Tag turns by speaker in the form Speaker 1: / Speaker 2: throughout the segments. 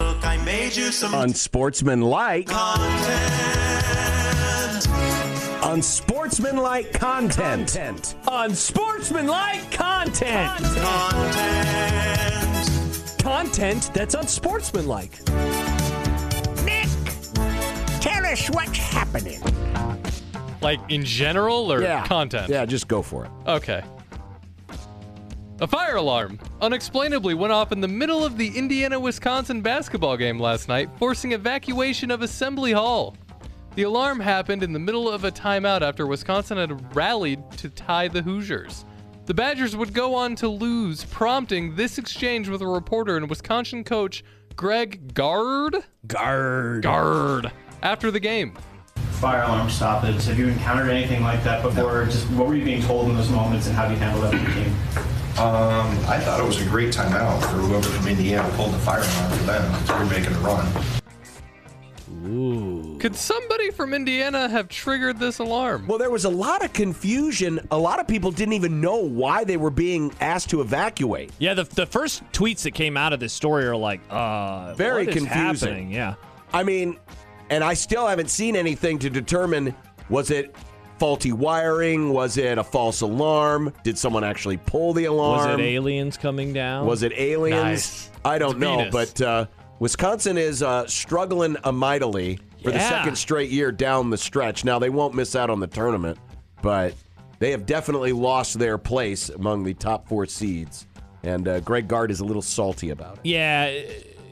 Speaker 1: Look, I made you some
Speaker 2: Unsportsmanlike.
Speaker 1: content.
Speaker 2: Unsportsmanlike content. Unsportsmanlike content.
Speaker 1: Content.
Speaker 3: Content that's unsportsmanlike.
Speaker 4: Nick, tell us what's happening.
Speaker 5: Like in general or content?
Speaker 2: Yeah, just go for it.
Speaker 5: Okay. A fire alarm unexplainably went off in the middle of the Indiana Wisconsin basketball game last night, forcing evacuation of Assembly Hall. The alarm happened in the middle of a timeout after Wisconsin had rallied to tie the Hoosiers. The Badgers would go on to lose, prompting this exchange with a reporter and Wisconsin coach Greg Gard.
Speaker 2: Guard.
Speaker 5: Gard. After the game.
Speaker 6: fire alarm stoppage. Have you encountered anything like that before? Just what were you being told in those moments and how do you handle that with your team?
Speaker 7: Um, I thought it was a great timeout for whoever from Indiana pulled the fire alarm for them. They were making a run.
Speaker 5: Could somebody from Indiana have triggered this alarm?
Speaker 3: Well, there was a lot of confusion. A lot of people didn't even know why they were being asked to evacuate.
Speaker 8: Yeah, the, the first tweets that came out of this story are like, uh,
Speaker 3: Very
Speaker 8: what is
Speaker 3: confusing.
Speaker 8: happening? Yeah.
Speaker 3: I mean, and I still haven't seen anything to determine was it faulty wiring? Was it a false alarm? Did someone actually pull the
Speaker 8: Was
Speaker 3: alarm?
Speaker 8: it aliens coming down?
Speaker 3: Was it aliens?
Speaker 8: Nice.
Speaker 3: I don't
Speaker 8: It's
Speaker 3: know,
Speaker 8: Venus.
Speaker 3: but uh, Wisconsin is uh, struggling mightily for the
Speaker 8: Yeah.
Speaker 3: second straight year down the stretch. Now they won't miss out on the tournament, but they have definitely lost their place among the top four seeds. And uh, Greg Gard is a little salty about it.
Speaker 8: Yeah,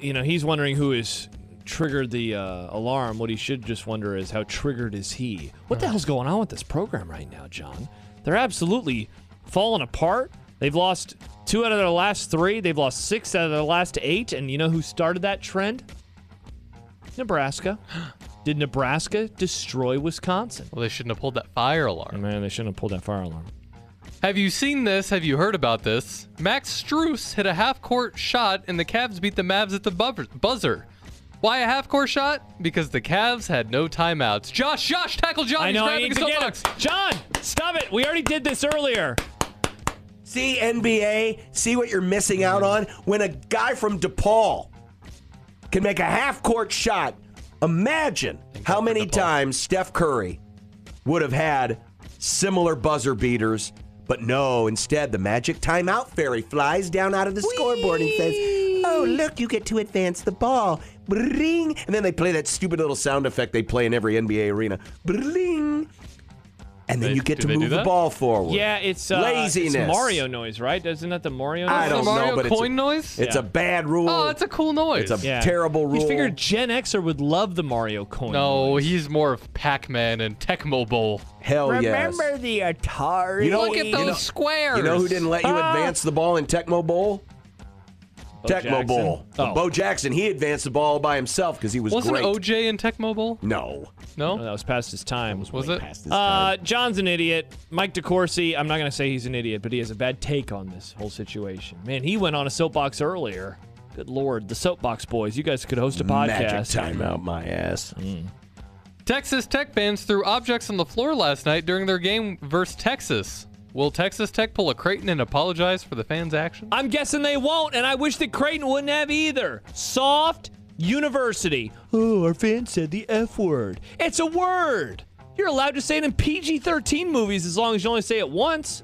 Speaker 8: you know, he's wondering who has triggered the uh, alarm. What he should just wonder is how triggered is he? What the hell's going on with this program right now, John? They're absolutely falling apart. They've lost two out of their last three. They've lost six out of their last eight. And you know who started that trend? Nebraska. Did Nebraska destroy Wisconsin?
Speaker 5: Well, they shouldn't have pulled that fire alarm.
Speaker 8: Man, they shouldn't have pulled that fire alarm.
Speaker 5: Have you seen this? Have you heard about this? Max Struess hit a half court shot and the Cavs beat the Mavs at the buzzer- buzzer. Why a half court shot? Because the Cavs had no timeouts. Josh, Josh, tackle Josh.
Speaker 8: I
Speaker 5: He's
Speaker 8: know. I
Speaker 5: grabbing
Speaker 8: need
Speaker 5: his
Speaker 8: to get
Speaker 5: soapbox.
Speaker 8: him. John, stop it. We already did this earlier.
Speaker 3: See NBA, see what you're missing out on when a guy from DePaul can make a half court shot. Imagine how many times Steph Curry would have had similar buzzer beaters, but no, instead the magic timeout fairy flies down out of the scoreboard and says, Oh, look, you get to advance the ball. Bring. And then they play that stupid little sound effect they play in every NBA arena. Bring. And then
Speaker 5: They-
Speaker 3: you get
Speaker 5: do
Speaker 3: to
Speaker 5: they do
Speaker 3: move the
Speaker 5: that?
Speaker 3: ball forward.
Speaker 8: Yeah, it's uh,
Speaker 3: laziness.
Speaker 8: It's Mario noise, right? Isn't that the Mario?
Speaker 3: I
Speaker 8: noise?
Speaker 3: don't
Speaker 5: Oh, the Mario
Speaker 3: know, but
Speaker 5: coin
Speaker 3: it's a,
Speaker 5: noise?
Speaker 3: It's a bad rule.
Speaker 5: Oh, it's a cool noise.
Speaker 3: It's a
Speaker 8: Yeah.
Speaker 3: terrible rule.
Speaker 8: You figured Gen Xer would love the Mario coin.
Speaker 5: no,
Speaker 8: noise.
Speaker 5: he's more of Pac-Man and Tecmo Bowl.
Speaker 3: Hell
Speaker 4: Remember
Speaker 3: yes.
Speaker 4: the
Speaker 5: uh,
Speaker 4: Atari?
Speaker 3: You know-
Speaker 5: Look at
Speaker 3: you
Speaker 5: those
Speaker 3: know-
Speaker 5: squares.
Speaker 3: You know who didn't let you
Speaker 8: Ah!
Speaker 3: advance the ball in Tecmo Bowl?
Speaker 8: Bo
Speaker 3: Tecmo
Speaker 8: Jackson?
Speaker 3: Bowl.
Speaker 8: Oh,
Speaker 3: Bo Jackson, he advanced the ball by himself because he was
Speaker 5: Wasn't
Speaker 3: great.
Speaker 5: OJ in Tecmo Bowl?
Speaker 3: no.
Speaker 5: No.
Speaker 8: no, that was past his time. Was,
Speaker 5: was it?
Speaker 8: Uh, John's an idiot. Mike DeCourcy, I'm not going to say he's an idiot, but he has a bad take on this whole situation. Man, he went on a soapbox earlier. Good lord, the soapbox boys. You guys could host a podcast. Mm,
Speaker 3: Magic timeout, my ass.
Speaker 5: Texas Tech fans threw objects on the floor last night during their game versus Texas. Will Texas Tech pull a Creighton and apologize for the fans' action?
Speaker 8: I'm guessing they won't, and I wish that Creighton wouldn't have either. Soft University. Oh, our fan said the F word. It's a word. You're allowed to say it in PG 13 movies as long as you only say it once.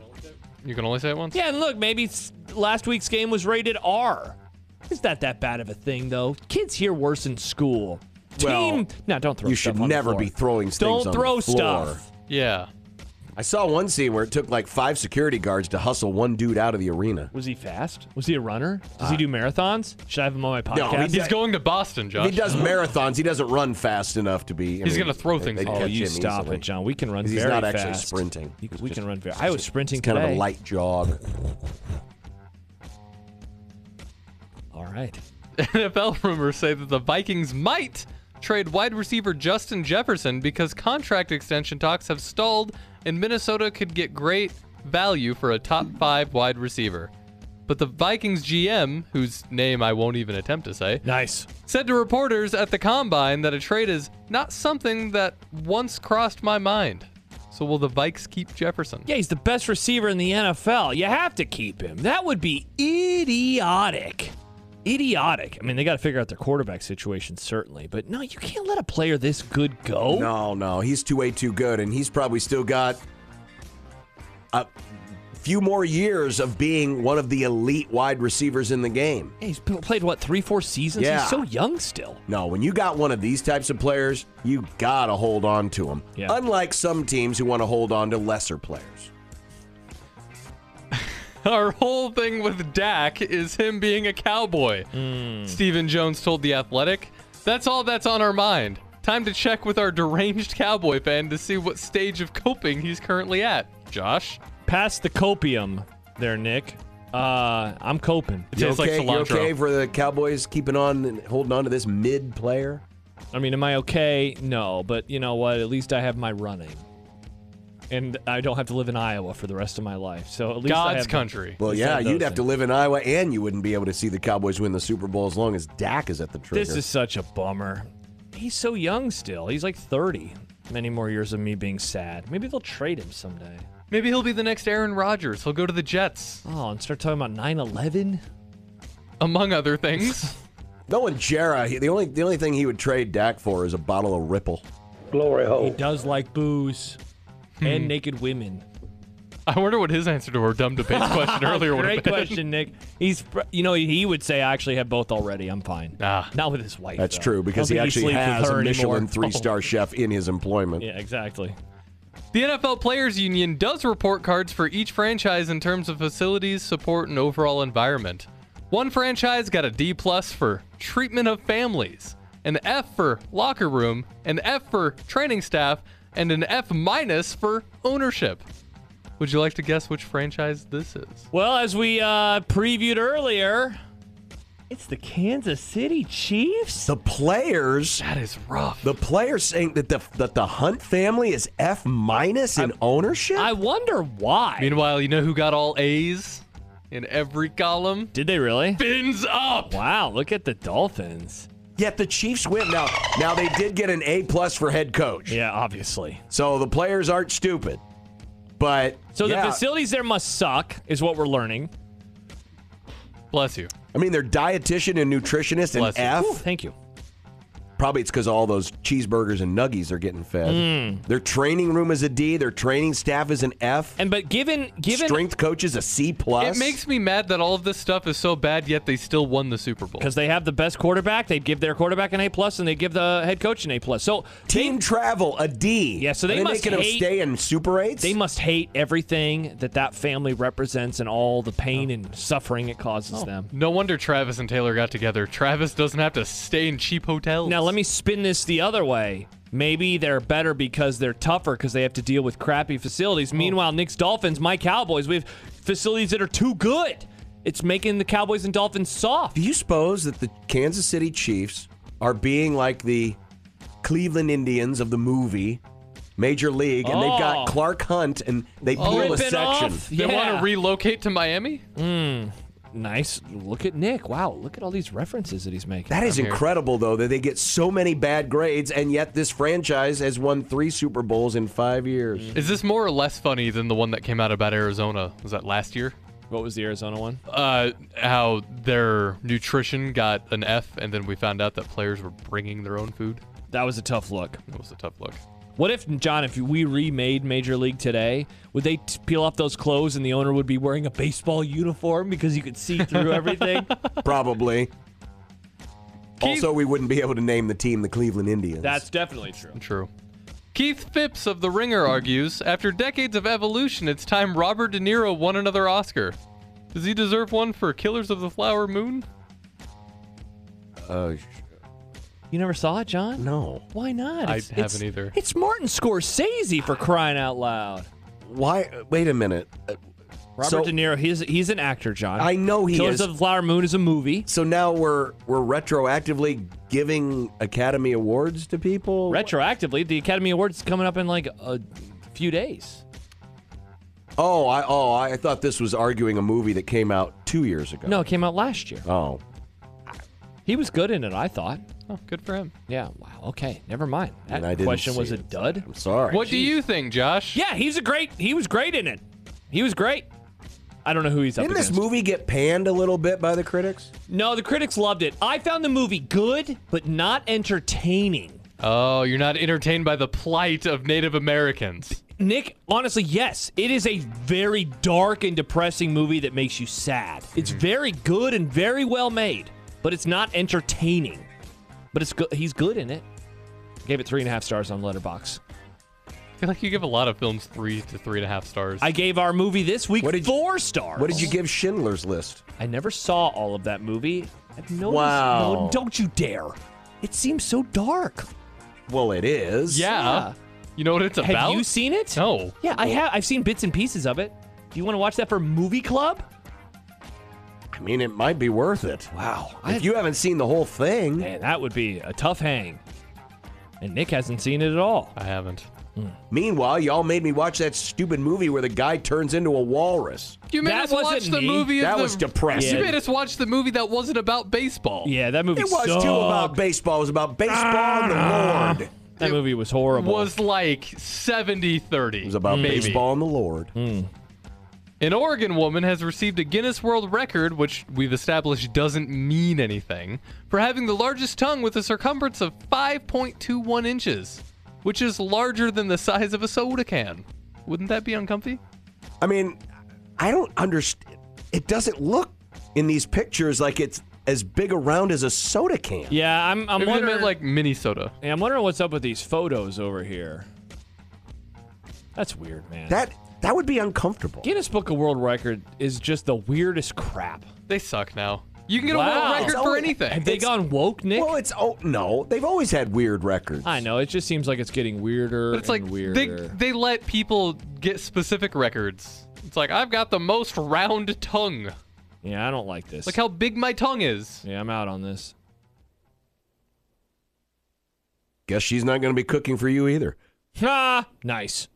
Speaker 5: You can only say it once.
Speaker 8: Yeah, and look, maybe s- last week's game was rated R. It's not that bad of a thing, though. Kids hear worse in school.
Speaker 3: Well,
Speaker 8: Team. No, don't throw
Speaker 3: You
Speaker 8: stuff
Speaker 3: should
Speaker 8: on the
Speaker 3: never
Speaker 8: floor.
Speaker 3: be throwing things
Speaker 8: Don't
Speaker 3: on
Speaker 8: throw
Speaker 3: the floor.
Speaker 8: stuff.
Speaker 5: Yeah.
Speaker 3: I saw one scene where it took like five security guards to hustle one dude out of the arena.
Speaker 8: Was he fast? Was he a runner? Does he do marathons? Should I have him on my
Speaker 3: Uh, No, he
Speaker 8: podcast?
Speaker 5: He's going to Boston, Josh.
Speaker 3: He does marathons. He doesn't run fast enough to be. I
Speaker 5: He's
Speaker 3: mean,
Speaker 5: gonna throw
Speaker 3: they-
Speaker 5: things
Speaker 3: they'd
Speaker 5: off.
Speaker 8: Oh,
Speaker 3: catch
Speaker 8: you
Speaker 3: him
Speaker 8: stop
Speaker 3: easily.
Speaker 8: it, John. We can run
Speaker 3: 'Cause
Speaker 8: very
Speaker 3: He's
Speaker 8: fast.
Speaker 3: not actually sprinting.
Speaker 8: We
Speaker 3: He's
Speaker 8: can
Speaker 3: just-
Speaker 8: run very. I was sprinting
Speaker 3: It's kind of a
Speaker 8: today.
Speaker 3: light jog.
Speaker 8: All right.
Speaker 5: NFL rumors say that the Vikings might trade wide receiver Justin Jefferson because contract extension talks have stalled and Minnesota could get great value for a top five wide receiver. But the Vikings GM, whose name I won't even attempt to say,
Speaker 8: nice,
Speaker 5: said to reporters at the combine that a trade is not something that once crossed my mind. So will the Vikes keep Jefferson?
Speaker 8: Yeah, he's the best receiver in the NFL. You have to keep him. That would be idiotic. Idiotic. I mean, they got to figure out their quarterback situation, certainly. But no, you can't let a player this good go.
Speaker 3: No, no, he's too way too good, and he's probably still got a few more years of being one of the elite wide receivers in the game.
Speaker 8: Yeah, he's p- played, what, three, four seasons?
Speaker 3: Yeah.
Speaker 8: He's so young still.
Speaker 3: No, when you got one of these types of players, you gotta hold on to them.
Speaker 8: Yeah.
Speaker 3: Unlike some teams who want to hold on to lesser players.
Speaker 5: Our whole thing with Dak is him being a cowboy.
Speaker 8: Hmm.
Speaker 5: Stephen Jones told The Athletic. That's all that's on our mind. Time to check with our deranged cowboy fan to see what stage of coping he's currently at. Josh?
Speaker 8: Pass the copium there, Nick. Uh, I'm coping.
Speaker 5: It tastes
Speaker 3: okay,
Speaker 5: like
Speaker 3: You
Speaker 5: cilantro.
Speaker 3: okay for the Cowboys keeping on and holding on to this mid player?
Speaker 8: I mean, am I okay? No, but you know what? At least I have my running. And I don't have to live in Iowa for the rest of my life. So at least I
Speaker 5: God's
Speaker 8: have
Speaker 5: country.
Speaker 3: Well,
Speaker 8: Just
Speaker 3: yeah,
Speaker 8: have
Speaker 3: you'd
Speaker 8: those
Speaker 3: have to live in Iowa, and you wouldn't be able to see the Cowboys win the Super Bowl as long as Dak is at the trigger.
Speaker 8: This is such a bummer. He's so young still. He's like 30. Many more years of me being sad. Maybe they'll trade him someday.
Speaker 5: Maybe he'll be the next Aaron Rodgers. He'll go to the Jets,
Speaker 8: Oh, and start talking about 9 11?
Speaker 5: among other things.
Speaker 3: No, and Jera, he- the only the only thing he would trade Dak for is a bottle of Ripple.
Speaker 4: Glory
Speaker 8: He
Speaker 4: hole.
Speaker 8: does like booze
Speaker 5: Hmm.
Speaker 8: and naked women.
Speaker 5: I wonder what his answer to our dumb debates question earlier would have
Speaker 8: Oh, Great
Speaker 5: been.
Speaker 8: question, Nick. He's, fr- you know, he would say, I actually have both already. I'm fine.
Speaker 5: Ah.
Speaker 8: Not with his wife.
Speaker 3: That's
Speaker 8: though.
Speaker 3: true because
Speaker 8: I
Speaker 3: he
Speaker 8: don't
Speaker 3: actually
Speaker 8: think sleeps with
Speaker 3: has
Speaker 8: her
Speaker 3: a
Speaker 8: anymore. Oh.
Speaker 3: Michelin three star chef in his employment.
Speaker 8: Yeah, exactly.
Speaker 5: The NFL Players Union does report cards for each franchise in terms of facilities, support, and overall environment. One franchise got a D plus for treatment of families, an F for locker room, an F for training staff, and an F minus for ownership. Would you like to guess which franchise this is?
Speaker 8: Well, as we uh, previewed earlier, it's the Kansas City Chiefs.
Speaker 3: The players,
Speaker 5: That is rough.
Speaker 3: the players saying that the that the Hunt family is F minus in ownership.
Speaker 8: I wonder why.
Speaker 5: Meanwhile, you know who got all A's in every column?
Speaker 8: Did they really?
Speaker 5: Fins up!
Speaker 8: Wow, look at the Dolphins.
Speaker 3: Yet the Chiefs win now. Now they did get an A plus for head coach,
Speaker 8: Yeah, obviously.
Speaker 3: so the players aren't stupid. But
Speaker 8: So
Speaker 3: yeah,
Speaker 8: the facilities there must suck, is what we're learning.
Speaker 5: Bless you.
Speaker 3: I mean, their dietitian and nutritionist an
Speaker 5: Bless you.
Speaker 3: F.
Speaker 8: Ooh, thank you.
Speaker 3: Probably it's because all those cheeseburgers and nuggies are getting fed.
Speaker 8: Hmm.
Speaker 3: Their training room is a D. Their training staff is an F.
Speaker 8: And but given given
Speaker 3: Strength coach is a C plus.
Speaker 5: It makes me mad that all of this stuff is so bad, yet they still won the Super Bowl.
Speaker 8: because they have the best quarterback, they'd give their quarterback an A plus, and they give the head coach an A plus. So
Speaker 3: team travel a D.
Speaker 8: Yeah, so they
Speaker 3: Are they
Speaker 8: must
Speaker 3: making them
Speaker 8: hate-
Speaker 3: stay in super eights.
Speaker 8: they must hate everything that that family represents and all the pain and suffering it causes them.
Speaker 5: No wonder Travis and Taylor got together. Travis doesn't have to stay in cheap hotels.
Speaker 8: Now let me spin this the other way. Maybe they're better because they're tougher because they have to deal with crappy facilities. Meanwhile, Nick's Dolphins, my Cowboys, we have facilities that are too good. It's making the Cowboys and Dolphins soft.
Speaker 3: Do you suppose that the Kansas City Chiefs are being like the Cleveland Indians of the movie Major League, and they've got
Speaker 8: Oh.
Speaker 3: Clark Hunt, and they peel a
Speaker 8: Ripping
Speaker 3: section.
Speaker 8: off.
Speaker 5: They
Speaker 8: yeah.
Speaker 5: want to relocate to Miami?
Speaker 8: Nice. Look at Nick. Wow. Look at all these references that he's making.
Speaker 3: That is incredible, though, that they get so many bad grades, and yet this franchise has won three Super Bowls in five years.
Speaker 5: Is this more or less funny than the one that came out about Arizona? Was that last year?
Speaker 8: what was the Arizona one?
Speaker 5: Uh, how their nutrition got an F, and then we found out that players were bringing their own food.
Speaker 8: That was a tough look.
Speaker 5: That was a tough look.
Speaker 8: What if, John, if we remade Major League today, would they t- peel off those clothes and the owner would be wearing a baseball uniform because you could see through everything?
Speaker 3: Probably. Also, we wouldn't be able to name the team the Cleveland Indians.
Speaker 8: That's definitely true.
Speaker 5: True. Keith Phipps of The Ringer argues after decades of evolution, it's time Robert De Niro won another Oscar. Does he deserve one for Killers of the Flower Moon?
Speaker 3: uh,
Speaker 8: You never saw it, John?
Speaker 3: no.
Speaker 8: Why not?
Speaker 5: I
Speaker 8: It's-
Speaker 5: haven't
Speaker 8: it's-
Speaker 5: either.
Speaker 8: It's Martin Scorsese for crying out loud.
Speaker 3: Why? Wait a minute. Uh,
Speaker 8: Robert
Speaker 3: So-
Speaker 8: De Niro, he's he's an actor, John.
Speaker 3: I know he
Speaker 8: Killers
Speaker 3: is.
Speaker 8: of the Flower Moon is a movie.
Speaker 3: So now we're we're retroactively giving Academy Awards to people.
Speaker 8: Retroactively, the Academy Awards is coming up in like a few days.
Speaker 3: oh, I oh I thought this was arguing a movie that came out two years ago.
Speaker 8: No, it came out last year.
Speaker 3: Oh,
Speaker 8: He was good in it, I thought.
Speaker 5: Oh, good for him.
Speaker 8: Yeah. Wow. Okay. Never mind. That
Speaker 3: And I didn't
Speaker 8: question was
Speaker 3: see
Speaker 8: a dud.
Speaker 3: I'm sorry.
Speaker 5: What do you think, Josh?
Speaker 8: Yeah, he's a great. He was great in it. He was great. I don't know who he's up
Speaker 3: Didn't this
Speaker 8: against.
Speaker 3: movie get panned a little bit by the critics?
Speaker 8: no, the critics loved it. I found the movie good, but not entertaining.
Speaker 5: Oh, you're not entertained by the plight of Native Americans.
Speaker 8: Nick, honestly, yes, it is a very dark and depressing movie that makes you sad. It's very good and very well made, but it's not entertaining. But it's good. He's good in it. Gave it three and a half stars on Letterbox.
Speaker 5: I feel like you give a lot of films three to three and a half stars.
Speaker 8: I gave our movie this week
Speaker 3: What did you-
Speaker 8: four stars.
Speaker 3: What did you give Schindler's List?
Speaker 8: I never saw all of that movie. I've noticed.
Speaker 3: Wow.
Speaker 8: No, don't you dare! It seems so dark.
Speaker 3: Well, it is.
Speaker 5: yeah.
Speaker 8: Yeah.
Speaker 5: You know what it's about?
Speaker 8: Have you seen it?
Speaker 5: No.
Speaker 8: Yeah, I have. I've seen bits and pieces of it. Do you want to watch that for Movie Club?
Speaker 3: I mean, it might be worth it.
Speaker 8: Wow.
Speaker 3: If you haven't seen the whole thing,
Speaker 8: Man, that would be a tough hang. And Nick hasn't seen it at all.
Speaker 5: I haven't.
Speaker 3: meanwhile, y'all made me watch that stupid movie where the guy turns into a walrus.
Speaker 5: You made
Speaker 8: That
Speaker 5: us watch
Speaker 8: wasn't
Speaker 5: the
Speaker 8: me.
Speaker 5: movie. of
Speaker 3: That
Speaker 5: the-
Speaker 3: was depressing.
Speaker 5: You made us watch the movie that wasn't about baseball.
Speaker 8: Yeah, that movie
Speaker 3: It was
Speaker 8: sucked. Ah.
Speaker 3: too about baseball. It was about baseball and the Lord. It
Speaker 8: That movie was horrible.
Speaker 5: Was like 70 30. It
Speaker 3: was about baseball and the Lord.
Speaker 8: Hmm.
Speaker 5: An Oregon woman has received a Guinness World Record, which we've established doesn't mean anything, for having the largest tongue with a circumference of 5.21 inches, which is larger than the size of a soda can. Wouldn't that be uncomfy?
Speaker 3: I mean, I don't understand. It doesn't look in these pictures like it's as big around as a soda can.
Speaker 8: yeah, I'm, I'm
Speaker 5: Maybe they
Speaker 8: wondering
Speaker 5: meant like Minnesota.
Speaker 8: yeah, I'm wondering what's up with these photos over here. That's weird, man.
Speaker 3: That that would be uncomfortable.
Speaker 8: Guinness Book of World Record is just get the weirdest crap.
Speaker 5: They suck now. You can get a
Speaker 8: Wow.
Speaker 5: world record
Speaker 3: It's
Speaker 5: for
Speaker 3: only-
Speaker 8: Have
Speaker 5: anything.
Speaker 8: they gone woke, Nick?
Speaker 3: Well, it's oh no, they've always had weird records.
Speaker 8: I know. It just seems like it's getting weirder
Speaker 5: But it's like
Speaker 8: and
Speaker 5: they,
Speaker 8: weirder.
Speaker 5: they let people get specific records. It's like, I've got the most round tongue.
Speaker 8: yeah, I don't like this.
Speaker 5: Look how big my tongue is.
Speaker 8: yeah, I'm out on this.
Speaker 3: Guess she's not going to be cooking for you either.
Speaker 8: Ah, nice.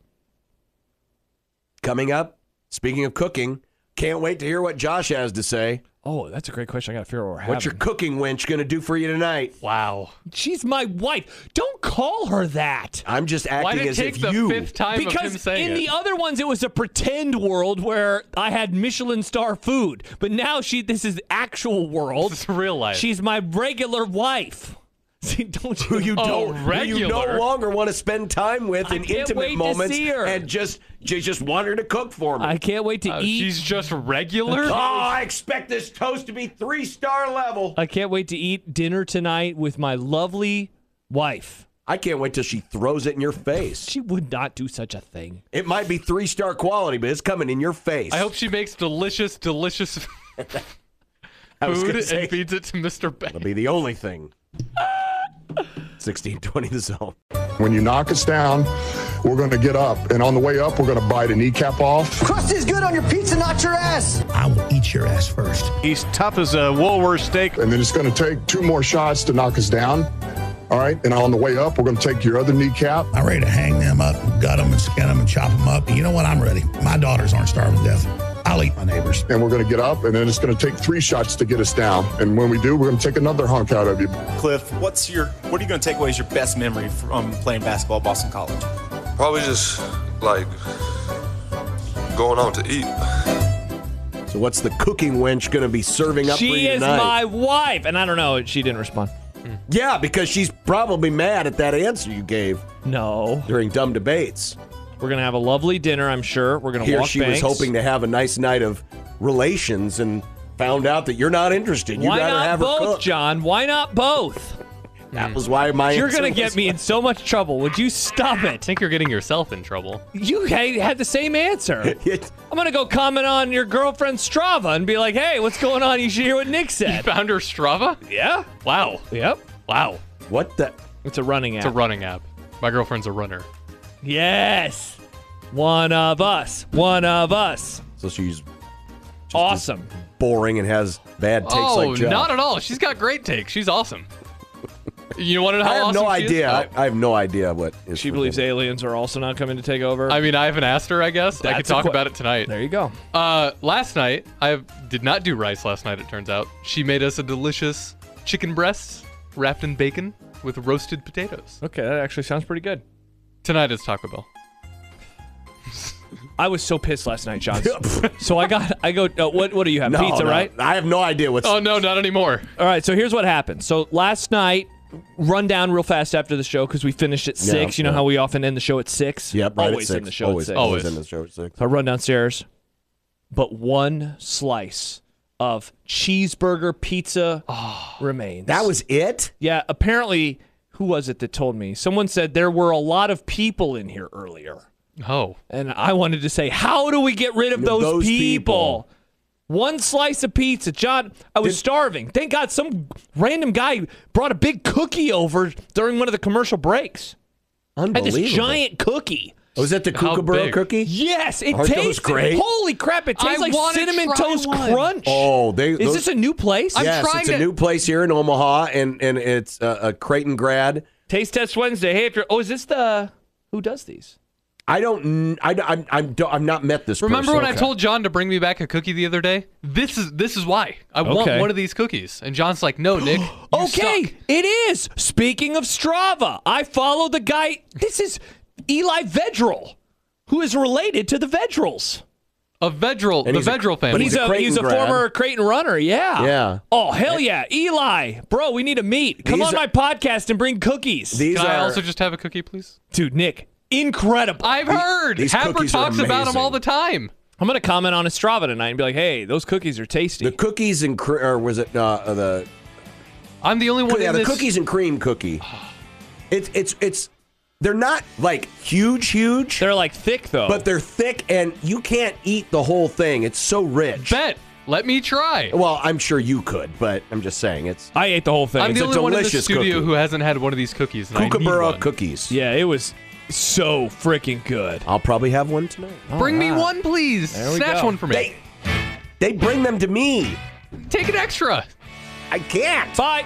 Speaker 3: Coming up, speaking of cooking, can't wait to hear what Josh has to say.
Speaker 8: Oh, that's a great question. I got to figure out what we're
Speaker 3: What's your
Speaker 8: having.
Speaker 3: cooking wench going to do for you tonight?
Speaker 5: Wow.
Speaker 8: She's my wife. Don't call her that.
Speaker 3: I'm just
Speaker 5: Why
Speaker 3: acting
Speaker 5: did it
Speaker 3: as
Speaker 5: take
Speaker 3: if
Speaker 5: the
Speaker 3: you.
Speaker 5: fifth time of him
Speaker 8: Because
Speaker 5: saying
Speaker 8: in
Speaker 5: it?
Speaker 8: the other ones, it was a pretend world where I had Michelin star food, but now she this is actual world.
Speaker 5: This is real life.
Speaker 8: She's my regular wife. See, don't you?
Speaker 3: you don't who
Speaker 5: Oh,
Speaker 3: you no
Speaker 5: regular.
Speaker 3: longer want to spend time with
Speaker 8: I
Speaker 3: in
Speaker 8: can't
Speaker 3: intimate
Speaker 8: wait to
Speaker 3: moments
Speaker 8: see her.
Speaker 3: and just you just want her to cook for me.
Speaker 8: I can't wait to
Speaker 5: Uh,
Speaker 8: eat.
Speaker 5: she's just regular.
Speaker 3: oh, I expect this toast to be three star level.
Speaker 8: I can't wait to eat dinner tonight with my lovely wife.
Speaker 3: I can't wait till she throws it in your face.
Speaker 8: She would not do such a thing.
Speaker 3: It might be three star quality, but it's coming in your face.
Speaker 5: I hope she makes delicious, delicious
Speaker 3: I was
Speaker 5: food
Speaker 3: gonna say,
Speaker 5: and feeds it to Mr.
Speaker 3: that'll
Speaker 5: Banks.
Speaker 3: be the only thing. Sixteen twenty the zone.
Speaker 9: When you knock us down, we're going to get up. And on the way up, we're going to bite a kneecap off.
Speaker 4: Crust is good on your pizza, not your ass. I will eat your ass first.
Speaker 10: He's tough as a Woolworth steak.
Speaker 9: And then it's going to take two more shots to knock us down. All right. And on the way up, we're going to take your other kneecap.
Speaker 10: I'm ready to hang them up, gut them, and skin them, and chop them up. You know what? I'm ready. My daughters aren't starving to death. I'll eat my neighbors.
Speaker 9: And we're going to get up. And then it's going to take three shots to get us down. And when we do, we're going to take another hunk out of you.
Speaker 11: Cliff, what's your what are you going to take away as your best memory from playing basketball at Boston College?
Speaker 12: Probably just like going out to eat.
Speaker 3: So what's the cooking wench gonna be serving up for
Speaker 8: She
Speaker 3: you
Speaker 8: is
Speaker 3: tonight?
Speaker 8: my wife, and I don't know. She didn't respond.
Speaker 3: yeah, because she's probably mad at that answer you gave
Speaker 8: No,
Speaker 3: during dumb debates.
Speaker 8: we're gonna have a lovely dinner. I'm sure we're gonna
Speaker 3: Here
Speaker 8: walk.
Speaker 3: she
Speaker 8: banks.
Speaker 3: was hoping to have a nice night of relations and found out that you're not interested. You
Speaker 8: Why
Speaker 3: rather
Speaker 8: not
Speaker 3: have her
Speaker 8: both,
Speaker 3: cook.
Speaker 8: John? Why not both?
Speaker 3: That was why my
Speaker 8: You're
Speaker 3: answer
Speaker 8: gonna
Speaker 3: was-
Speaker 8: get me in so much trouble. Would you stop
Speaker 5: I
Speaker 8: it?
Speaker 5: think you're getting yourself in trouble.
Speaker 8: You ha- had the same answer.
Speaker 3: It-
Speaker 8: I'm gonna go comment on your girlfriend's Strava and be like, "Hey, what's going on? You should hear what Nick
Speaker 5: You
Speaker 8: said."
Speaker 5: found her Strava?
Speaker 8: yeah.
Speaker 5: Wow.
Speaker 8: Yep.
Speaker 5: Wow.
Speaker 3: What the?
Speaker 8: It's a running app.
Speaker 5: It's a running app. My girlfriend's a runner.
Speaker 8: yes. One of us. One of us.
Speaker 3: So she's
Speaker 8: awesome,
Speaker 3: boring, and has bad takes
Speaker 5: oh,
Speaker 3: like Joe.
Speaker 5: not at all. She's got great takes. She's awesome. You want to know how
Speaker 3: I have
Speaker 5: awesome
Speaker 3: no
Speaker 5: she is?
Speaker 3: idea.
Speaker 5: Oh.
Speaker 3: I, I have no idea what is.
Speaker 8: She believes aliens are also not coming to take over.
Speaker 5: I mean, I haven't asked her. I guess I could
Speaker 8: That's a
Speaker 5: talk
Speaker 8: que-
Speaker 5: about it tonight.
Speaker 8: There you go.
Speaker 5: Uh, last night I did not do rice. Last night it turns out she made us a delicious chicken breast wrapped in bacon with roasted potatoes.
Speaker 8: Okay, that actually sounds pretty good.
Speaker 5: Tonight is Taco Bell.
Speaker 8: I was so pissed last night, John. so I got, I go, uh, what, what do you have?
Speaker 5: No,
Speaker 8: Pizza,
Speaker 5: no.
Speaker 8: right?
Speaker 3: I have no idea what's.
Speaker 5: Oh no, not anymore.
Speaker 8: All right, so here's what happened. So last night, run down real fast after the show because we finished at
Speaker 3: Yeah,
Speaker 8: six. you know
Speaker 3: yeah.
Speaker 8: how we often end the show at six.
Speaker 3: Yep, right at
Speaker 8: always
Speaker 3: six.
Speaker 8: end the show
Speaker 3: Always, Oh.
Speaker 8: at six.
Speaker 3: always Always. end the show at six.
Speaker 8: So I run downstairs, but one slice of cheeseburger pizza remains. That
Speaker 3: Ah. was it.
Speaker 8: Yeah, apparently, who was it that told me? Someone said there were a lot of people in here earlier.
Speaker 5: Oh.
Speaker 8: And I wanted to say, how do we get rid of those,
Speaker 3: Those
Speaker 8: people?
Speaker 3: people.
Speaker 8: One slice of pizza, John. I was starving. Thank God some random guy brought a big cookie over during one of the commercial breaks. I had this
Speaker 3: Unbelievable.
Speaker 8: giant cookie.
Speaker 3: Was that the
Speaker 8: How
Speaker 3: Kookaburra
Speaker 8: big?
Speaker 3: cookie?
Speaker 8: Yes, it
Speaker 3: Aren't those
Speaker 8: tastes
Speaker 3: great?
Speaker 8: Holy crap! It
Speaker 5: I
Speaker 8: tastes like
Speaker 5: wanna
Speaker 8: cinnamon
Speaker 5: try
Speaker 8: toast
Speaker 5: one.
Speaker 8: crunch.
Speaker 3: Oh, they.
Speaker 8: is
Speaker 3: those-
Speaker 8: this a new place?
Speaker 3: yes, it's a new place here in Omaha, and and it's uh, a Creighton grad.
Speaker 8: taste test Wednesday. Hey, if you're, oh, is this the who does these?
Speaker 3: I don't. kn- I, I'm. I'm. don't- I'm not met this.
Speaker 5: Remember
Speaker 3: person.
Speaker 5: when I told John to bring me back a cookie the other day? This is this is why I
Speaker 3: Okay.
Speaker 5: want one of these cookies. And John's like, "No, Nick." you
Speaker 8: Okay,
Speaker 5: suck."
Speaker 8: it is. Speaking of Strava, I follow the guy. This is Eli Vedral, who is related to the Vedrals.
Speaker 5: A Vedral,
Speaker 8: And
Speaker 5: the
Speaker 8: he's a-
Speaker 5: Vedral family.
Speaker 8: But he's, a, he's a former Creighton runner. Yeah.
Speaker 5: Yeah.
Speaker 8: Oh hell yeah, Eli, bro, we need to meet. Come
Speaker 5: These
Speaker 8: on
Speaker 5: are-
Speaker 8: my podcast and bring cookies.
Speaker 5: Can I also just have a cookie, please?
Speaker 8: dude, Nick, incredible.
Speaker 5: I've heard. Happer talks about them all the time.
Speaker 8: I'm gonna comment on a Strava tonight and be like, hey, those cookies are tasty.
Speaker 3: The cookies and cre- or was it uh, the?
Speaker 5: I'm the only
Speaker 8: one
Speaker 3: Yeah,
Speaker 8: in
Speaker 3: the
Speaker 8: this-
Speaker 3: cookies and cream cookie. It's it's it's. They're not like huge, huge.
Speaker 8: They're like thick though.
Speaker 3: But they're thick, and you can't eat the whole thing. It's so rich.
Speaker 5: Bet. Let me try.
Speaker 3: Well, I'm sure you could, but I'm just saying it's.
Speaker 8: I ate the whole thing.
Speaker 5: I'm the
Speaker 3: it's
Speaker 5: only
Speaker 3: a
Speaker 5: one in the
Speaker 3: delicious
Speaker 5: studio
Speaker 3: cookie.
Speaker 5: who hasn't had one of these cookies. And I need
Speaker 3: Kookaburra
Speaker 5: one.
Speaker 3: cookies.
Speaker 8: Yeah, it was so freaking good.
Speaker 3: I'll probably have one tonight.
Speaker 5: Bring me one, please.
Speaker 3: There we
Speaker 5: Snatch
Speaker 3: go.
Speaker 5: one for me.
Speaker 3: They- They bring them to me.
Speaker 5: Take an extra.
Speaker 3: I can't.
Speaker 8: Bye.